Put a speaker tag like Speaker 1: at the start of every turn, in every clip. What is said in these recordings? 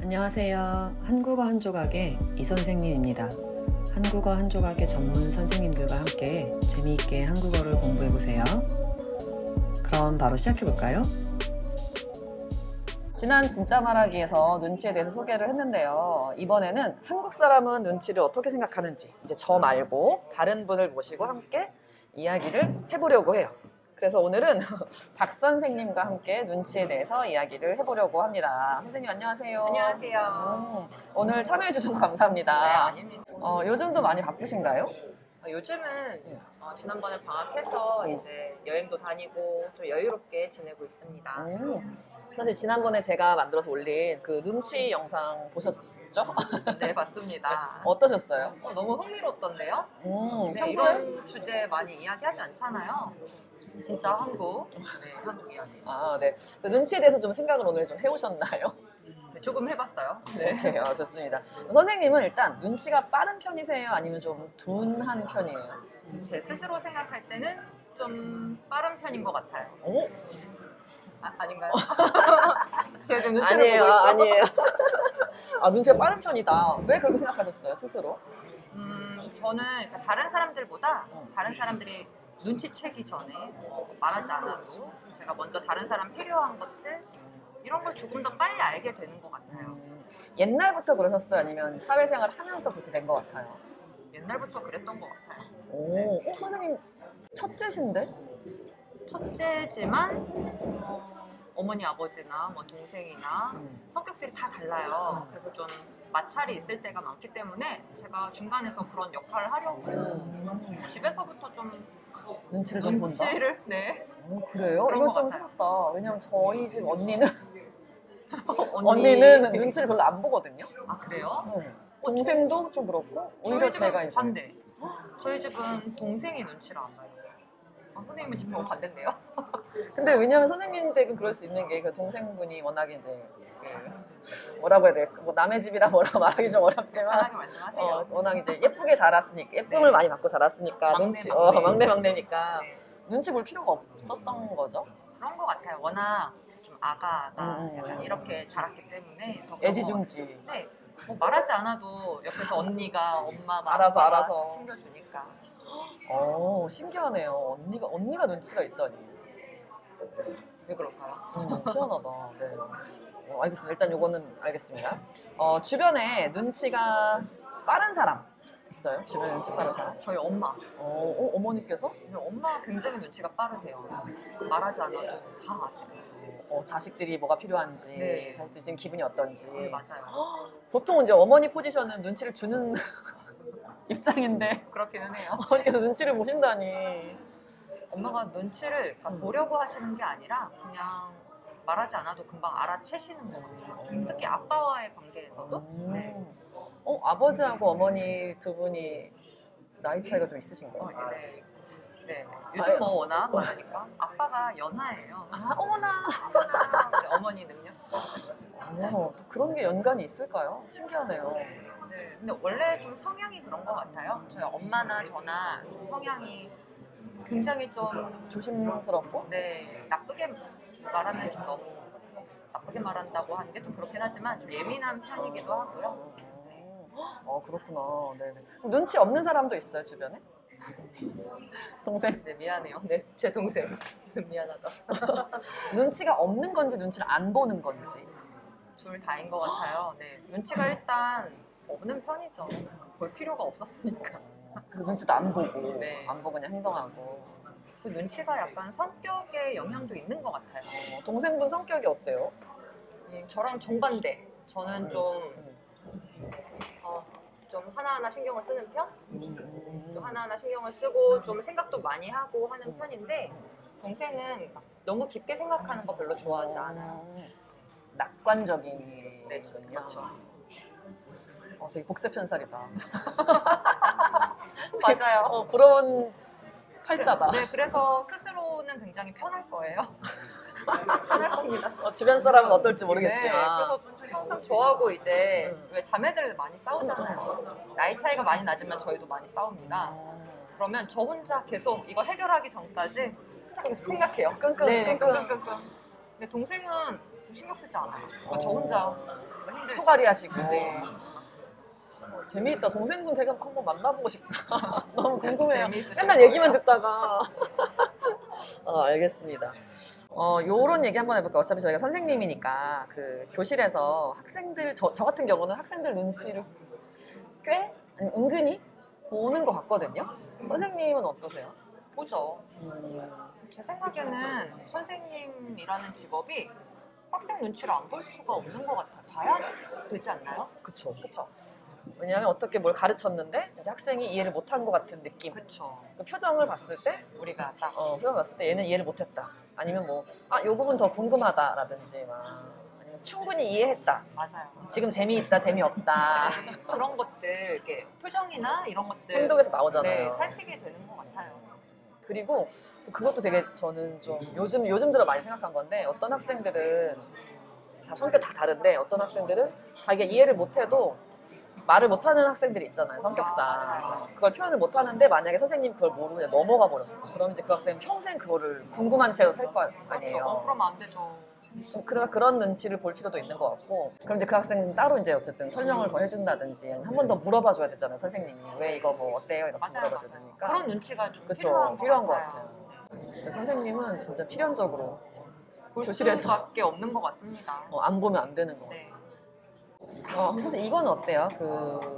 Speaker 1: 안녕하세요. 한국어 한 조각의 이 선생님입니다. 한국어 한 조각의 전문 선생님들과 함께 재미있게 한국어를 공부해 보세요. 그럼 바로 시작해 볼까요? 지난 진짜 말하기에서 눈치에 대해서 소개를 했는데요. 이번에는 한국 사람은 눈치를 어떻게 생각하는지 이제 저 말고 다른 분을 모시고 함께 이야기를 해보려고 해요. 그래서 오늘은 박 선생님과 함께 눈치에 대해서 이야기를 해보려고 합니다. 선생님 안녕하세요.
Speaker 2: 안녕하세요.
Speaker 1: 음, 오늘 참여해주셔서 감사합니다.
Speaker 2: 네, 아닙니다.
Speaker 1: 어, 요즘도 많이 바쁘신가요?
Speaker 2: 어, 요즘은 어, 지난번에 방학해서 이제 여행도 다니고 좀 여유롭게 지내고 있습니다.
Speaker 1: 음, 사실 지난번에 제가 만들어서 올린 그 눈치 영상 보셨죠?
Speaker 2: 네, 맞습니다.
Speaker 1: 어떠셨어요?
Speaker 2: 어, 너무 흥미롭던데요?
Speaker 1: 음,
Speaker 2: 네,
Speaker 1: 평소에
Speaker 2: 이런 주제 많이 이야기하지 않잖아요. 진짜 한국, 네, 한국 이야기.
Speaker 1: 아, 네. 그래서 눈치에 대해서 좀 생각을 오늘 좀 해오셨나요?
Speaker 2: 네, 조금 해봤어요.
Speaker 1: 네, 아, 좋습니다. 선생님은 일단 눈치가 빠른 편이세요? 아니면 좀 둔한 편이에요?
Speaker 2: 제 스스로 생각할 때는 좀 빠른 편인 것 같아요.
Speaker 1: 오?
Speaker 2: 아, 아닌가요? 제가 지금 눈치를
Speaker 1: 아니에요,
Speaker 2: 보고 있죠?
Speaker 1: 아니에요. 아, 눈치가 빠른 편이다. 왜 그렇게 생각하셨어요, 스스로?
Speaker 2: 음, 저는 그러니까 다른 사람들보다
Speaker 1: 어.
Speaker 2: 다른 사람들이 눈치채기 전에 어, 말하지 않아도 제가 먼저 다른 사람 필요한 것들 이런 걸 조금 더 빨리 알게 되는 것 같아요.
Speaker 1: 음, 옛날부터 그러셨어요? 아니면 사회생활 하면서 그렇게 된 것 같아요?
Speaker 2: 옛날부터 그랬던 것 같아요.
Speaker 1: 오, 어, 선생님 첫째신데?
Speaker 2: 첫째지만 어, 어머니 아버지나 뭐 동생이나 성격들이 다 달라요. 그래서 좀 마찰이 있을 때가 많기 때문에 제가 중간에서 그런 역할을 하려고 집에서부터 좀
Speaker 1: 눈치를 좀 본다.
Speaker 2: 눈치를 네
Speaker 1: 어, 그래요?
Speaker 2: 그런
Speaker 1: 이건
Speaker 2: 것
Speaker 1: 좀
Speaker 2: 같아요.
Speaker 1: 새롭다. 왜냐면 저희 집 언니는
Speaker 2: 언니.
Speaker 1: 언니는 눈치를 별로 안 보거든요.
Speaker 2: 아 그래요?
Speaker 1: 동생도 좀 그렇고 오히려
Speaker 2: 저희 집은
Speaker 1: 제가 이제
Speaker 2: 반대. 저희 집은 동생이 눈치를 안 봐요. 아, 선생님은 지금 너무 반대인데요?
Speaker 1: 근데 왜냐면 선생님 댁은 그럴 수 있는 게 그 동생분이 워낙에 이제 그 뭐라고 해야 될까? 뭐 남의 집이라 뭐라 말하기 좀 어렵지만
Speaker 2: 편하게 말씀하세요.
Speaker 1: 어, 워낙 이제 예쁘게 자랐으니까 예쁨을
Speaker 2: 아, 네.
Speaker 1: 많이 받고 자랐으니까
Speaker 2: 막내,
Speaker 1: 눈치
Speaker 2: 막내.
Speaker 1: 어, 막내 막내니까
Speaker 2: 네,
Speaker 1: 눈치 볼 필요가 없었던 거죠.
Speaker 2: 그런 것 같아요. 워낙 좀 아가, 아가
Speaker 1: 음, 음,
Speaker 2: 약간
Speaker 1: 음.
Speaker 2: 이렇게 자랐기 때문에 더 그런 것
Speaker 1: 애지중지.
Speaker 2: 같아요. 네, 뭐 말하지 않아도 옆에서 언니가 엄마가
Speaker 1: 알아서,
Speaker 2: 아빠가
Speaker 1: 알아서.
Speaker 2: 챙겨주니까
Speaker 1: 어 신기하네요. 언니가 언니가 눈치가 있다니.
Speaker 2: 왜 그럴까요?
Speaker 1: 음, 희한하다. 네. 어, 알겠습니다. 일단 요거는 알겠습니다. 어, 주변에 눈치가 빠른 사람 있어요? 주변에 눈치 빠른 사람?
Speaker 2: 저희 엄마,
Speaker 1: 어, 어, 어머니께서
Speaker 2: 저희 엄마 굉장히 눈치가 빠르세요. 말하지 않아도 다 아세요.
Speaker 1: 어, 자식들이 뭐가 필요한지,
Speaker 2: 네.
Speaker 1: 자식들이 지금 기분이 어떤지.
Speaker 2: 네, 맞아요.
Speaker 1: 보통 이제 어머니 포지션은 눈치를 주는 입장인데
Speaker 2: 그렇기는 해요.
Speaker 1: 어머니께서 눈치를 보신다니.
Speaker 2: 엄마가 눈치를 그러니까
Speaker 1: 음.
Speaker 2: 보려고 하시는 게 아니라 그냥 말하지 않아도 금방 알아채시는 것 같아요. 특히 아빠와의 관계에서도
Speaker 1: 음.
Speaker 2: 네.
Speaker 1: 어, 아버지하고 어머니 두 분이 나이 차이가 좀
Speaker 2: 어,
Speaker 1: 있으신가요?
Speaker 2: 네. 네. 요즘 뭐 워낙 많으니까 아빠가 연하예요.
Speaker 1: 어. 아, 어머나.
Speaker 2: 하나, 우리 어머니 능력자.
Speaker 1: 어, 또 그런 게 연관이 있을까요? 신기하네요.
Speaker 2: 네. 근데 원래 좀 성향이 그런 것 같아요. 저희 엄마나 저나 좀 성향이 굉장히 좀
Speaker 1: 조심스럽고
Speaker 2: 네, 나쁘게 말하면 좀 너무 나쁘게 말한다고 하는 게 좀 그렇긴 하지만 좀 예민한 편이기도 하고요.
Speaker 1: 어 그렇구나. 네네. 그럼 눈치 없는 사람도 있어요 주변에? 동생
Speaker 2: 네 미안해요. 네제 동생 미안하다.
Speaker 1: 눈치가 없는 건지 눈치를 안 보는 건지.
Speaker 2: 둘 다인 것 같아요. 네 눈치가 일단 없는 편이죠. 볼 필요가 없었으니까.
Speaker 1: 그래서 눈치도 안 보고
Speaker 2: 네.
Speaker 1: 안 보고 그냥 행동하고. 어,
Speaker 2: 그 눈치가 약간 성격에 영향도 있는 것 같아요.
Speaker 1: 어, 동생분 성격이 어때요?
Speaker 2: 음, 저랑 정반대. 저는 좀,
Speaker 1: 음.
Speaker 2: 어, 좀 하나하나 신경을 쓰는 편? 또 하나하나 신경을 쓰고 좀 생각도 많이 하고 하는 편인데 동생은 막 너무 깊게 생각하는 거 별로 좋아하지 않아요.
Speaker 1: 낙관적인.
Speaker 2: 네, 음. 그렇죠.
Speaker 1: 어, 되게 복세 편살이다.
Speaker 2: 맞아요.
Speaker 1: 어, 부러운 팔자다.
Speaker 2: 네, 그래서 스스로는 굉장히 편할 거예요. 편할 겁니다.
Speaker 1: 어, 주변 사람은 어떨지
Speaker 2: 네,
Speaker 1: 모르겠지만.
Speaker 2: 그래서 항상 저하고 이제 왜 자매들 많이 싸우잖아요. 나이 차이가 많이 나지만 저희도 많이 싸웁니다. 그러면 저 혼자 계속 이거 해결하기 전까지 혼자 계속 생각해요.
Speaker 1: 끙끙,
Speaker 2: 네,
Speaker 1: 끙끙.
Speaker 2: 끙끙. 근데 동생은 신경 쓰지 않아요. 그러니까 저
Speaker 1: 어.
Speaker 2: 혼자 힘들죠.
Speaker 1: 소갈이 하시고 어,
Speaker 2: 네, 맞습니다.
Speaker 1: 재미있다. 동생분 제가 한번 만나보고 싶다. 너무 궁금해요.
Speaker 2: 재미있으실
Speaker 1: 맨날
Speaker 2: 거예요.
Speaker 1: 얘기만 듣다가. 어, 알겠습니다. 어, 요런 얘기 한번 해볼까요? 어차피 저희가 선생님이니까 그 교실에서 학생들, 저, 저 같은 경우는 학생들 눈치를 꽤 아니, 은근히 보는 것 같거든요. 선생님은 어떠세요?
Speaker 2: 보죠.
Speaker 1: 음,
Speaker 2: 제 생각에는 선생님이라는 직업이 학생 눈치를 안 볼 수가 없는 것 같아요. 봐야 되지 않나요?
Speaker 1: 그쵸.
Speaker 2: 그렇죠.
Speaker 1: 왜냐하면 어떻게 뭘 가르쳤는데 이제 학생이 이해를 못한 것 같은 느낌.
Speaker 2: 그렇죠.
Speaker 1: 그 표정을 봤을 때
Speaker 2: 우리가 딱
Speaker 1: 어, 표현 봤을 때 얘는 이해를 못했다. 아니면 뭐, 아, 요 부분 더 궁금하다라든지, 막, 아니면 충분히 이해했다.
Speaker 2: 맞아요.
Speaker 1: 지금 재미있다, 재미없다.
Speaker 2: 네, 그런 것들 이렇게 표정이나 이런 것들
Speaker 1: 행동에서 나오잖아요.
Speaker 2: 네, 살피게 되는 것 같아요.
Speaker 1: 그리고 또 그것도 되게 저는 좀 요즘, 요즘 들어 많이 생각한 건데, 어떤 학생들은 다 성격 다 다른데, 어떤 학생들은 자기가 이해를 못해도 말을 못하는 학생들이 있잖아요, 성격상. 그걸 표현을 못하는데, 만약에 선생님 그걸 모르고 그냥 넘어가 버렸어. 그럼 이제 그 학생은 평생 그거를 궁금한 채로 살 거
Speaker 2: 그렇죠.
Speaker 1: 아니에요.
Speaker 2: 어, 그러면 안 되죠.
Speaker 1: 그런 그런 눈치를 볼 필요도 있는 것 같고 그럼 이제 그 학생 따로 이제 어쨌든 설명을 더 해준다든지 한 번 더 물어봐 줘야 되잖아요 선생님이 왜 이거 뭐 어때요 이렇게
Speaker 2: 맞아요.
Speaker 1: 물어봐
Speaker 2: 맞아요.
Speaker 1: 주니까
Speaker 2: 그런 눈치가 좀
Speaker 1: 그쵸,
Speaker 2: 필요한,
Speaker 1: 필요한
Speaker 2: 것
Speaker 1: 것
Speaker 2: 같아요.
Speaker 1: 선생님은 진짜 필연적으로
Speaker 2: 볼
Speaker 1: 교실에서.
Speaker 2: 수밖에 없는 것 같습니다.
Speaker 1: 어, 안 보면 안 되는 거
Speaker 2: 네.
Speaker 1: 어, 그럼 사실 이건 어때요? 그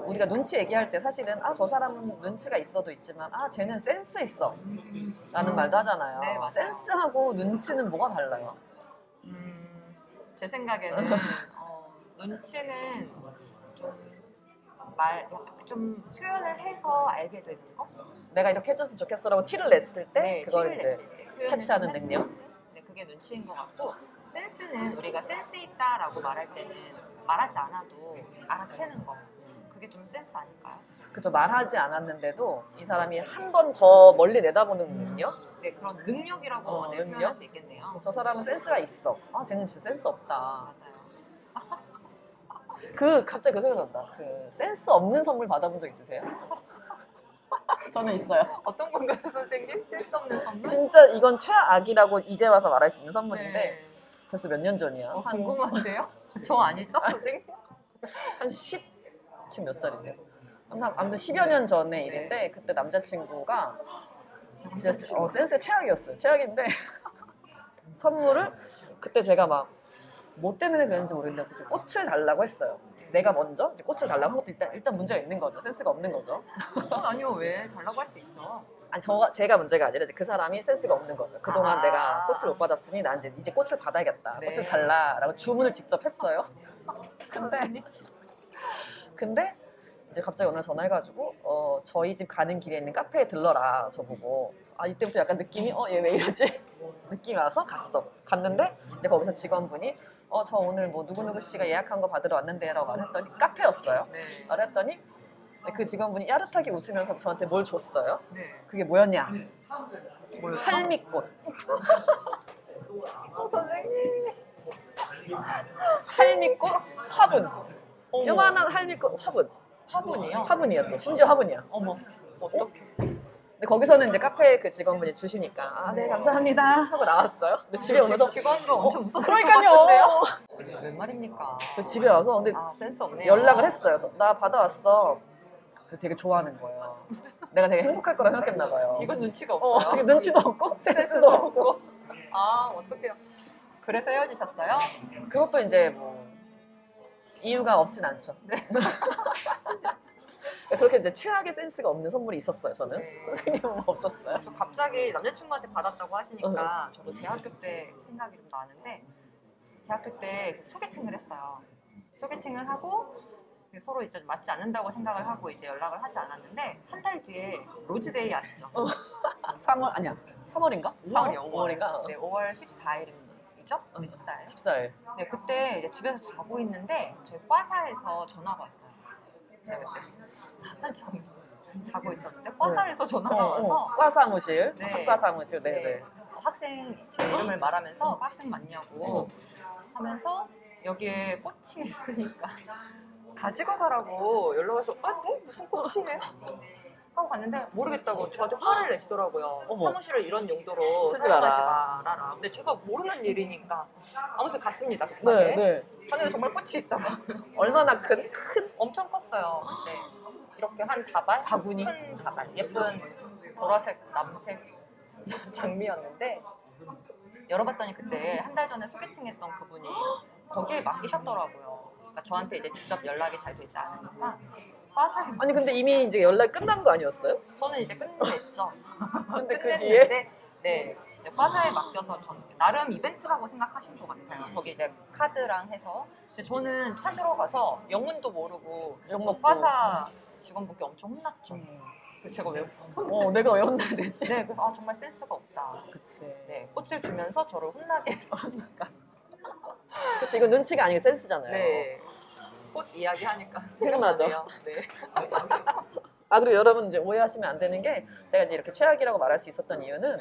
Speaker 1: 우리가 눈치 얘기할 때 사실은 아 저 사람은 눈치가 있어도 있지만 아 쟤는 센스 있어 라는 말도 하잖아요
Speaker 2: 네, 맞아요.
Speaker 1: 센스하고 눈치는 뭐가 달라요?
Speaker 2: 음, 제 생각에는 어, 눈치는 좀말좀 표현을 해서 알게 되는 거.
Speaker 1: 내가 이렇게 해줬으면 좋겠어라고 티를 냈을 때 네, 그걸
Speaker 2: 네, 티를
Speaker 1: 이제
Speaker 2: 냈을 때, 표현을
Speaker 1: 캐치하는
Speaker 2: 좀 했을
Speaker 1: 능력?
Speaker 2: 때. 네, 그게 눈치인 것 같고 센스는 우리가 센스 있다라고 말할 때는 말하지 않아도 알아채는 거. 그게 좀 센스 아닐까요?
Speaker 1: 그저 말하지 않았는데도 이 사람이 한 번 더 멀리 내다보는 능력
Speaker 2: 네, 그런 능력이라고
Speaker 1: 어,
Speaker 2: 네,
Speaker 1: 능력? 어,
Speaker 2: 표현할 수 있겠네요.
Speaker 1: 저 사람은 센스가 있어. 아, 쟤는 진짜 센스 없다.
Speaker 2: 맞아요.
Speaker 1: 그, 갑자기 그 생각난다. 그, 센스 없는 선물 받아본 적 있으세요? 저는 있어요.
Speaker 2: 어떤 건가요, 선생님? 센스 없는 선물?
Speaker 1: 진짜 이건 최악이라고 이제 와서 말할 수 있는 선물인데,
Speaker 2: 네.
Speaker 1: 벌써 몇 년 전이야.
Speaker 2: 어,
Speaker 1: 한,
Speaker 2: 궁금한데요? 저 아니죠, 선생님?
Speaker 1: 한 10, 지금 몇 살이지? 아무튼 아무튼 10여 년
Speaker 2: 네.
Speaker 1: 전의 일인데, 그때 남자친구가
Speaker 2: 아,
Speaker 1: 진짜 세- 어, 센스 최악이었어요. 최악인데, 선물을 그때 제가 막, 뭐 때문에 그랬는지 모르겠는데, 어쨌든 꽃을 달라고 했어요. 내가 먼저 이제 꽃을 달라고 한 것도 일단, 일단 문제가 있는 거죠. 센스가 없는 거죠.
Speaker 2: 어, 아니요, 왜? 달라고 할 수 있죠.
Speaker 1: 아니 저 제가 문제가 아니라 이제 그 사람이 센스가 없는 거죠. 그동안
Speaker 2: 아.
Speaker 1: 내가 꽃을 못 받았으니 난 이제 이제 꽃을 받아야겠다.
Speaker 2: 네.
Speaker 1: 꽃을 달라라고 주문을 직접 했어요. 근데
Speaker 2: 선생님?
Speaker 1: 근데 이제 갑자기 오늘 전화해가지고 어 저희 집 가는 길에 있는 카페에 들러라 저보고 아 이때부터 약간 느낌이 어 얘 왜 이러지 느낌이 와서 갔어 갔는데 이제 거기서 직원분이 어 저 오늘 뭐 누구누구 씨가 예약한 거 받으러 왔는데라고 말했더니 카페였어요.
Speaker 2: 네.
Speaker 1: 말했더니 그 직원분이 야릇하게 웃으면서 저한테 뭘 줬어요.
Speaker 2: 네.
Speaker 1: 그게 뭐였냐?
Speaker 2: 뭐였죠?
Speaker 1: 할미꽃.
Speaker 2: 선생님.
Speaker 1: 어, 할미꽃 화분.
Speaker 2: 어머.
Speaker 1: 요만한 할미꽃 화분.
Speaker 2: 화분이요?
Speaker 1: 화분이야 또. 심지어 화분이야.
Speaker 2: 어머. 어떻게?
Speaker 1: 근데 거기서는 이제 카페 그 직원분이 주시니까 아, 네 감사합니다 하고 나왔어요. 근데 집에 오면서
Speaker 2: 그 직원도 엄청 웃었을 것 같은데요?
Speaker 1: 그러니까요.
Speaker 2: 웬 말입니까?
Speaker 1: 그 집에 와서 근데
Speaker 2: 아 센스 없네요.
Speaker 1: 연락을 했어요. 나 받아왔어. 그 되게 좋아하는 거예요. 내가 되게 행복할 거라 생각했나 봐요.
Speaker 2: 이건 눈치가
Speaker 1: 어,
Speaker 2: 없어요.
Speaker 1: 눈치도 없고 센스도 없고
Speaker 2: 아 어떡해요. 그래서 헤어지셨어요?
Speaker 1: 그것도 이제 뭐 이유가 없진 않죠. 그렇게 이제 최악의 센스가 없는 선물이 있었어요. 저는
Speaker 2: 네.
Speaker 1: 선생님은 없었어요.
Speaker 2: 저 갑자기 남자친구한테 받았다고
Speaker 1: 어,
Speaker 2: 하시니까 저도 대학교 때 생각이 좀 나는데 대학교 때그 소개팅을 했어요. 소개팅을 하고 서로 이제 맞지 않는다고 생각을 하고 이제 연락을 하지 않았는데 한 달 뒤에 로즈데이 아시죠?
Speaker 1: 3월 아니야. 3월인가?
Speaker 2: 4월이요.
Speaker 1: 5월인가? 어.
Speaker 2: 네, 5월 14일이죠? 14일.
Speaker 1: 14일.
Speaker 2: 네, 그때 이제 집에서 자고 있는데 저희 과사에서 전화가 왔어요. 제가 그때 한참 이제 자고
Speaker 1: 네.
Speaker 2: 있었는데 과사에서
Speaker 1: 아,
Speaker 2: 전화가 와서
Speaker 1: 과 사무실.
Speaker 2: 네.
Speaker 1: 학과 사무실. 어, 네, 네.
Speaker 2: 어, 학생 제 이름을
Speaker 1: 어.
Speaker 2: 말하면서 학생 맞냐고 하면서 여기에 꽃이 있으니까 가지고 가라고 연락 와서 아, 네? 무슨 꽃이에요? 하고 갔는데 모르겠다고 저한테 화를 내시더라고요.
Speaker 1: 어머.
Speaker 2: 사무실을 이런 용도로
Speaker 1: 쓰지
Speaker 2: 사용하지
Speaker 1: 마라.
Speaker 2: 말아라. 근데 제가 모르는 일이니까 아무튼 갔습니다.
Speaker 1: 네,
Speaker 2: 급하게.
Speaker 1: 네.
Speaker 2: 갔는데 정말 꽃이 있더라고요.
Speaker 1: 얼마나 큰?
Speaker 2: 엄청 컸어요. 네. 이렇게 한 다발?
Speaker 1: 다분히?
Speaker 2: 큰 다발. 예쁜 보라색, 남색 장미였는데 열어봤더니 그때 한 달 전에 소개팅했던 그분이 거기에 맡기셨더라고요. 그러니까 저한테 이제 직접 연락이 잘 되지 않으니까 빠삭이
Speaker 1: 아니 근데 이미 이제 연락 끝난 거 아니었어요?
Speaker 2: 저는 이제 끝냈죠.
Speaker 1: 근데 그 뒤에
Speaker 2: 끝냈는데 네 이제 과사에 맡겨서 전 나름 이벤트라고 생각하신 것 같아요. 거기 이제 카드랑 해서 근데 저는 찾으러 가서 영문도 모르고
Speaker 1: 영업
Speaker 2: 과사 직원분께 엄청 혼났죠.
Speaker 1: 음.
Speaker 2: 그래서 제가 왜?
Speaker 1: 어, 내가 왜 혼나야 되지?
Speaker 2: 네 그래서 아 정말 센스가 없다.
Speaker 1: 그치.
Speaker 2: 네 꽃을 주면서 저를 혼나게 했으니까.
Speaker 1: 그치, 이건 눈치가 아니고 센스잖아요.
Speaker 2: 네꽃 이야기 하니까
Speaker 1: 어. 생각나죠?
Speaker 2: 생각나네요. 네.
Speaker 1: 아, 그리고 여러분 이제 오해하시면 안 되는 게 제가 이제 이렇게 최악이라고 말할 수 있었던 이유는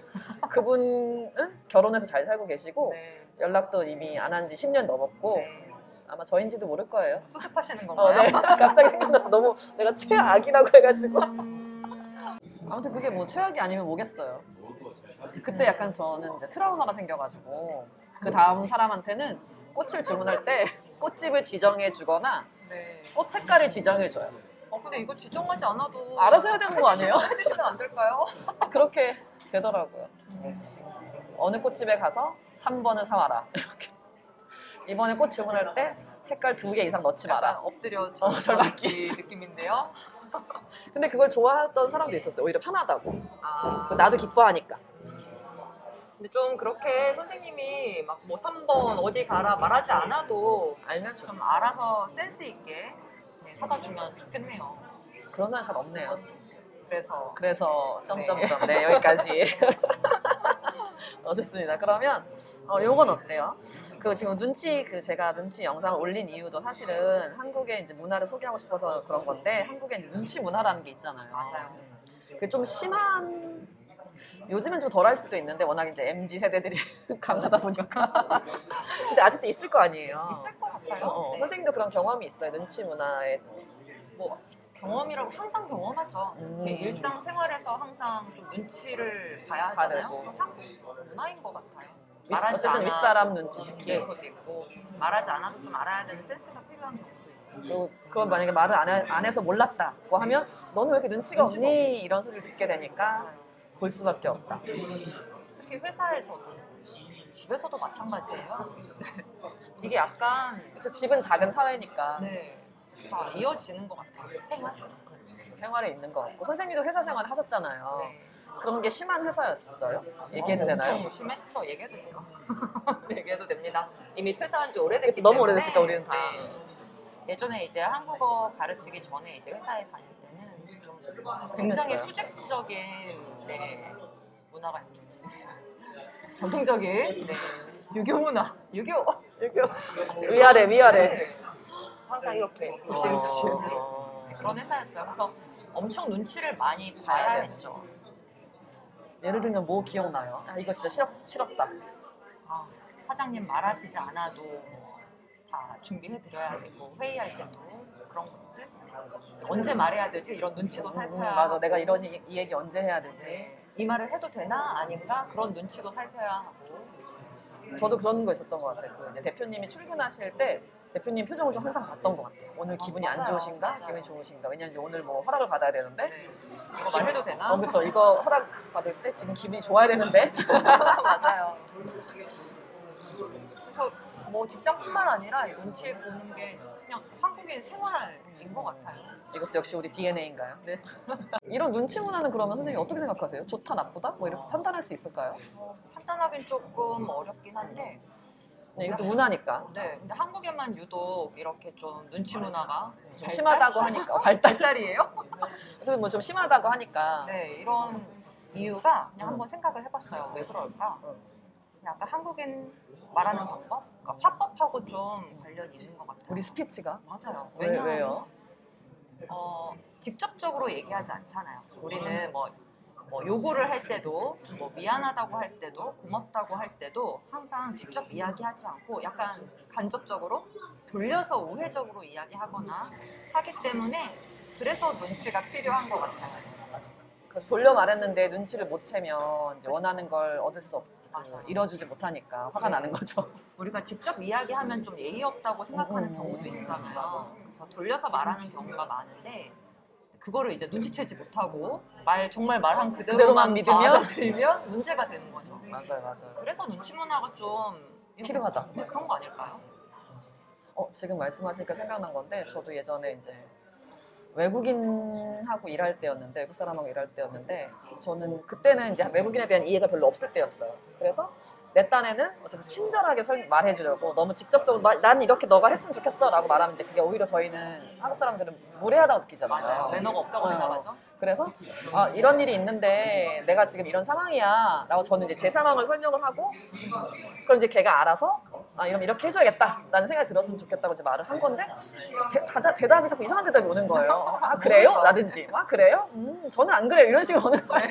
Speaker 1: 그분은 결혼해서 잘 살고 계시고
Speaker 2: 네.
Speaker 1: 연락도 이미 안 한 지 10년 넘었고
Speaker 2: 네.
Speaker 1: 아마 저인지도 모를 거예요.
Speaker 2: 수습하시는
Speaker 1: 어,
Speaker 2: 건가요?
Speaker 1: 네. 갑자기 생각나서 너무 내가 최악이라고 해가지고. 아무튼 그게 뭐 최악이 아니면 뭐겠어요. 그때 약간 저는 이제 트라우마가 생겨가지고 그 다음 사람한테는 꽃을 주문할 때 꽃집을 지정해주거나
Speaker 2: 네.
Speaker 1: 꽃 색깔을 지정해줘요.
Speaker 2: 어 근데 이거 지정하지 않아도
Speaker 1: 알아서 해야 되는 거 아니에요?
Speaker 2: 해주시면 안 될까요?
Speaker 1: 그렇게 되더라고요. 어느 꽃집에 가서 3번을 사와라. 이렇게. 이번에 꽃 주문할 때 색깔 두 개 이상 넣지 마라.
Speaker 2: 약간 엎드려
Speaker 1: 어,
Speaker 2: 주는
Speaker 1: 절박기.
Speaker 2: 느낌인데요.
Speaker 1: 근데 그걸 좋아했던 사람도 있었어요. 오히려 편하다고.
Speaker 2: 아,
Speaker 1: 나도 기뻐하니까.
Speaker 2: 근데 좀 그렇게 선생님이 막 뭐 3번 어디 가라 말하지 않아도
Speaker 1: 알면 좋죠.
Speaker 2: 좀 알아서 센스 있게 네, 사다 주면 좋겠네요.
Speaker 1: 그런 사람 잘 없네요.
Speaker 2: 그래서
Speaker 1: 그래서 점점점 네, 여기까지 어, 좋습니다. 그러면 어, 요건 어때요? 그 지금 눈치 그 제가 눈치 영상을 올린 이유도 사실은 한국의 이제 문화를 소개하고 싶어서 그런 건데 한국의 이제 눈치 문화라는 게 있잖아요.
Speaker 2: 맞아요.
Speaker 1: 그게 좀 심한 요즘은 좀 덜할 수도 있는데 워낙 이제 mz 세대들이 강하다 보니까 근데 아직도 있을 거 아니에요.
Speaker 2: 있을 것 같아요.
Speaker 1: 어,
Speaker 2: 네.
Speaker 1: 선생님도 그런 경험이 있어요. 눈치 문화에
Speaker 2: 뭐 경험이라고 항상 경험하죠.
Speaker 1: 음.
Speaker 2: 이렇게 일상생활에서 항상 좀 눈치를 봐야
Speaker 1: 봐야
Speaker 2: 하잖아요. 한국 문화인 것 같아요.
Speaker 1: 윗-
Speaker 2: 말하지
Speaker 1: 어쨌든
Speaker 2: 않아.
Speaker 1: 윗사람 눈치 특히
Speaker 2: 네, 그것도 있고 말하지 않아도 좀 알아야 되는 센스가 필요한 경우도 있고.
Speaker 1: 그리고 뭐 그건 만약에 말을 안, 해, 안 해서 몰랐다고 하면 너는 왜 이렇게 눈치가 없니? 이런 소리를 듣게 되니까
Speaker 2: 있어요.
Speaker 1: 볼 수밖에 없다.
Speaker 2: 특히 회사에서도 집에서도 마찬가지예요. 이게 약간
Speaker 1: 그렇죠. 집은 작은 사회니까
Speaker 2: 네, 다 이어지는 것 같아요. 생활.
Speaker 1: 생활에 있는 것 같고 선생님도 회사 생활 하셨잖아요.
Speaker 2: 네.
Speaker 1: 그런 게 심한 회사였어요. 어, 얘기해도
Speaker 2: 어,
Speaker 1: 되나요?
Speaker 2: 엄청 심했죠. 얘기해도 돼요. 얘기해도 됩니다. 이미 퇴사한 지 오래됐기
Speaker 1: 너무
Speaker 2: 때문에 네.
Speaker 1: 오래됐으니까 우리는 다.
Speaker 2: 예전에 이제 한국어 가르치기 전에 이제 회사에 다닐 때는 좀 굉장히
Speaker 1: 심했어요.
Speaker 2: 수직적인 네, 문화가 있는 전통적인 네, 유교 문화, 유교
Speaker 1: 이렇게 위아래 위아래.
Speaker 2: 네. 항상 이렇게 부실부실
Speaker 1: 어.
Speaker 2: 그런 회사였어요. 그래서 엄청 눈치를 많이 봐야
Speaker 1: 네.
Speaker 2: 했죠.
Speaker 1: 예를 들면 뭐 기억나요? 아, 이거 진짜 싫었, 싫었다.
Speaker 2: 아, 사장님 말하시지 않아도 뭐다 준비해드려야 되고 회의할 때도 그런 것들 언제 말해야 되지 이런 눈치도
Speaker 1: 음,
Speaker 2: 살펴야
Speaker 1: 맞아.
Speaker 2: 하고.
Speaker 1: 내가 이런 얘기, 이 얘기 언제 해야 되지?
Speaker 2: 네. 이 말을 해도 되나 아닌가 그런 눈치도 살펴야 하고
Speaker 1: 저도 그런 거 있었던 것 같아요. 그 이제 대표님이 출근하실 때 대표님 표정을 좀 항상 봤던 것 같아요. 오늘 기분이 안
Speaker 2: 맞아요.
Speaker 1: 좋으신가?
Speaker 2: 맞아요.
Speaker 1: 기분이 좋으신가? 왜냐면 이제 오늘 뭐 허락을 받아야 되는데.
Speaker 2: 네. 이거 말해도 되나
Speaker 1: 어, 그렇죠. 이거 허락 받을 때 지금 기분이 좋아야 되는데.
Speaker 2: 맞아요. 그래서 뭐 직장뿐만 아니라 이 눈치 보는 게 그냥 한국인 생활인 것 같아요.
Speaker 1: 이것도 역시 우리 DNA인가요? 네. 이런 눈치 문화는 그러면 선생님 어떻게 생각하세요? 좋다, 나쁘다? 뭐 이렇게 판단할 수 있을까요?
Speaker 2: 판단하긴 조금 어렵긴 한데,
Speaker 1: 네, 이것도 문화니까.
Speaker 2: 네, 근데 한국에만 유독 이렇게 좀
Speaker 1: 아,
Speaker 2: 눈치 문화가
Speaker 1: 좀 심하다고 하니까. 어, 발달.
Speaker 2: 달달이에요?
Speaker 1: 네. 그래서 뭐좀 심하다고 하니까.
Speaker 2: 네, 이런 이유가 그냥
Speaker 1: 음.
Speaker 2: 한번 생각을 해봤어요. 왜 그럴까? 약간 한국인 말하는 방법, 그러니까 화법하고 좀 관련이 있는 것 같아요.
Speaker 1: 우리 스피치가.
Speaker 2: 맞아요.
Speaker 1: 왜,
Speaker 2: 왜냐하면
Speaker 1: 왜요?
Speaker 2: 어, 직접적으로 얘기하지 않잖아요. 우리는 뭐, 뭐 요구를 할 때도 뭐 미안하다고 할 때도 고맙다고 할 때도 항상 직접 이야기하지 않고 약간 간접적으로 돌려서 우회적으로 이야기하거나 하기 때문에 그래서 눈치가 필요한 것 같아요.
Speaker 1: 그래서 돌려 말했는데 눈치를 못 채면 이제 원하는 걸 얻을 수 없고
Speaker 2: 맞아요.
Speaker 1: 이뤄주지 못하니까 화가
Speaker 2: 네.
Speaker 1: 나는 거죠.
Speaker 2: 우리가 직접 이야기하면 좀 예의 없다고 생각하는
Speaker 1: 음,
Speaker 2: 경우도
Speaker 1: 음,
Speaker 2: 있잖아요. 그래서 돌려서 말하는 경우가 많은데 그거를 이제 눈치채지 못하고 말 정말 말 한
Speaker 1: 어, 그대로만
Speaker 2: 그대로만
Speaker 1: 믿으면?
Speaker 2: 받아들이면 문제가 되는 거죠.
Speaker 1: 맞아요, 맞아요.
Speaker 2: 그래서 눈치 문화가 좀
Speaker 1: 필요하다.
Speaker 2: 네, 그런 거 아닐까요?
Speaker 1: 어, 지금 말씀하시니까 생각난 건데
Speaker 2: 네.
Speaker 1: 저도 예전에 이제 외국인하고 일할 때였는데 외국 사람하고 일할 때였는데 저는 그때는 이제 외국인에 대한 이해가 별로 없을 때였어요. 그래서 내 딴에는 어쨌든 친절하게 설- 말해주려고 너무 직접적으로 나- 난 이렇게 너가 했으면 좋겠어라고 말하면 이제 그게 오히려 저희는 한국 사람들은 무례하다고 느끼잖아요.
Speaker 2: 맞아요. 매너가 없다고
Speaker 1: 어.
Speaker 2: 생각하죠.
Speaker 1: 그래서 아, 이런 일이 있는데 내가 지금 이런 상황이야라고 저는 이제 제 상황을 설명을 하고 그럼 이제 걔가 알아서 아 이러면 이렇게 해줘야겠다라는 생각이 들었으면 좋겠다고 이제 말을 한 건데 대, 다, 대답이 자꾸 이상한 대답이 오는 거예요. 아 그래요? 라든지 아 그래요? 음 저는 안 그래요 이런 식으로 오는 거예요.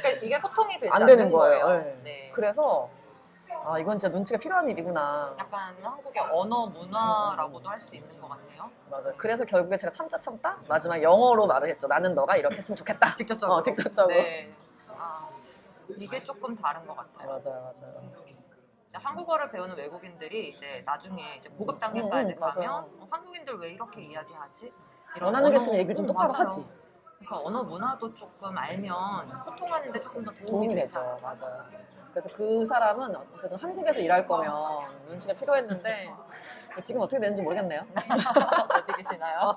Speaker 2: 그러니까 이게 소통이 되지
Speaker 1: 안
Speaker 2: 않는
Speaker 1: 되는 거예요. 네.
Speaker 2: 네.
Speaker 1: 그래서 아 이건 진짜 눈치가 필요한 일이구나.
Speaker 2: 약간 한국의 언어 문화라고도 할 수 있는 것 같네요.
Speaker 1: 맞아. 그래서 결국에 제가 참다 참다 마지막 영어로 말을 했죠. 나는 너가 이렇게 했으면 좋겠다.
Speaker 2: 직접적으로.
Speaker 1: 어, 직접적으로.
Speaker 2: 네. 아, 이게 조금 다른 것
Speaker 1: 네,
Speaker 2: 같아요.
Speaker 1: 맞아요, 맞아요.
Speaker 2: 이제 한국어를 배우는 외국인들이 이제 나중에 이제 보급 단계까지
Speaker 1: 음, 음,
Speaker 2: 가면
Speaker 1: 맞아요.
Speaker 2: 어, 한국인들 왜 이렇게 이야기하지? 이런
Speaker 1: 원하는 게
Speaker 2: 언어-
Speaker 1: 있으면 얘기를 좀
Speaker 2: 음,
Speaker 1: 똑바로
Speaker 2: 맞아요.
Speaker 1: 하지.
Speaker 2: 그래서 언어 문화도 조금 알면 소통하는데 조금 더 도움이,
Speaker 1: 도움이
Speaker 2: 되지
Speaker 1: 되죠.
Speaker 2: 않을까.
Speaker 1: 맞아요. 그래서 그 사람은 어쨌든 한국에서 일할 거면 눈치가 필요했는데 지금 어떻게 되는지 모르겠네요.
Speaker 2: 어디 계시나요?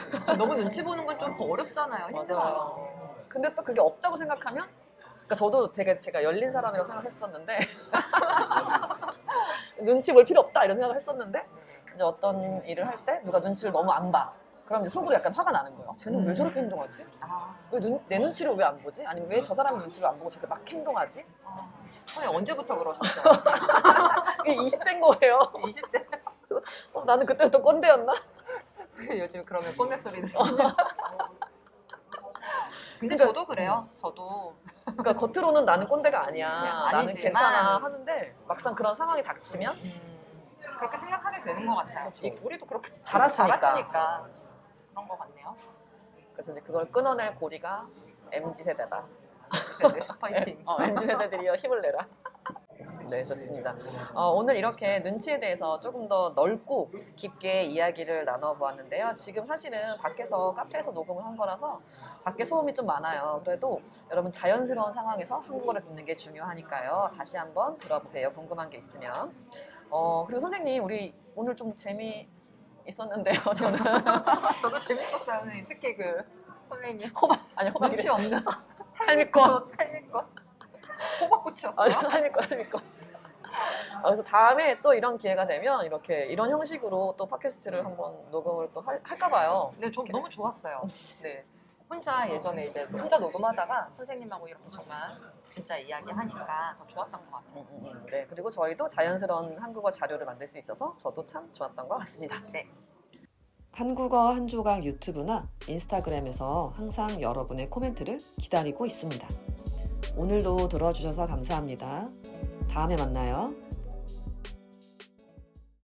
Speaker 2: 너무 눈치 보는 건 좀 어렵잖아요. 힘들어요.
Speaker 1: 근데 또 그게 없다고 생각하면 그러니까 저도 되게 제가 열린 사람이라고 생각했었는데 눈치 볼 필요 없다 이런 생각을 했었는데 이제 어떤 일을 할 때 누가 눈치를 너무 안 봐. 그럼 이제 속으로 약간 화가 나는 거예요. 아, 쟤는 왜
Speaker 2: 음.
Speaker 1: 저렇게 행동하지?
Speaker 2: 아,
Speaker 1: 왜 내 눈치를 왜 안 보지? 아니면 왜 저 사람 눈치를 안 보고 저렇게 막 행동하지?
Speaker 2: 아. 선생님 언제부터 그러셨어요?
Speaker 1: 이게 20대인 거예요.
Speaker 2: 20대
Speaker 1: 어, 나는 그때부터 꼰대였나?
Speaker 2: 요즘 그러면 꼰대 소리 듣습니다. 근데
Speaker 1: 그러니까-
Speaker 2: 저도 그래요. 저도
Speaker 1: 그러니까 겉으로는 나는 꼰대가 아니야.
Speaker 2: 그냥
Speaker 1: 나는
Speaker 2: 아니지만.
Speaker 1: 괜찮아 하는데 막상 그런 상황이 닥치면
Speaker 2: 음, 그렇게 생각하게 되는 것 같아요.
Speaker 1: 그렇죠.
Speaker 2: 이- 우리도 그렇게
Speaker 1: 자랐으니까.
Speaker 2: 자랐으니까 그런 것 같네요.
Speaker 1: 그래서 이제 그걸 끊어낼 고리가 mz 세대다.
Speaker 2: 세대 파이팅.
Speaker 1: 어, mz 세대들이여 힘을 내라. 네, 좋습니다. 어, 오늘 이렇게 눈치에 대해서 조금 더 넓고 깊게 이야기를 나눠보았는데요. 지금 사실은 밖에서 카페에서 녹음을 한 거라서 밖에 소음이 좀 많아요. 그래도 여러분 자연스러운 상황에서 한국어를 듣는 게 중요하니까요. 다시 한번 들어보세요. 궁금한 게 있으면. 어, 그리고 선생님, 우리 오늘 좀 재미 있었는데요. 저는
Speaker 2: 저도 재밌었어요. 선생님. 특히 그 선생님
Speaker 1: 호박 아니 호박이
Speaker 2: 눈치 없는
Speaker 1: 할미꽃.
Speaker 2: 그 탈미꽃
Speaker 1: 아니
Speaker 2: 호박꽃이었어요.
Speaker 1: 할미꽃 할미꽃. 아, 그래서 다음에 또 이런 기회가 되면 이렇게 이런 형식으로 또 팟캐스트를 한번 녹음을 또 할, 할까 봐요.
Speaker 2: 근데 좀 너무 좋았어요. 네. 혼자 예전에 이제 혼자 녹음하다가 선생님하고 이렇게 정말 진짜 이야기하니까 더 좋았던 것 같아요.
Speaker 1: 음, 음, 음. 네 그리고 저희도 자연스러운 한국어 자료를 만들 수 있어서 저도 참 좋았던 것 같습니다.
Speaker 2: 네.
Speaker 1: 한국어 한 조각 유튜브나 인스타그램에서 항상 여러분의 코멘트를 기다리고 있습니다. 오늘도 들어주셔서 감사합니다. 다음에 만나요.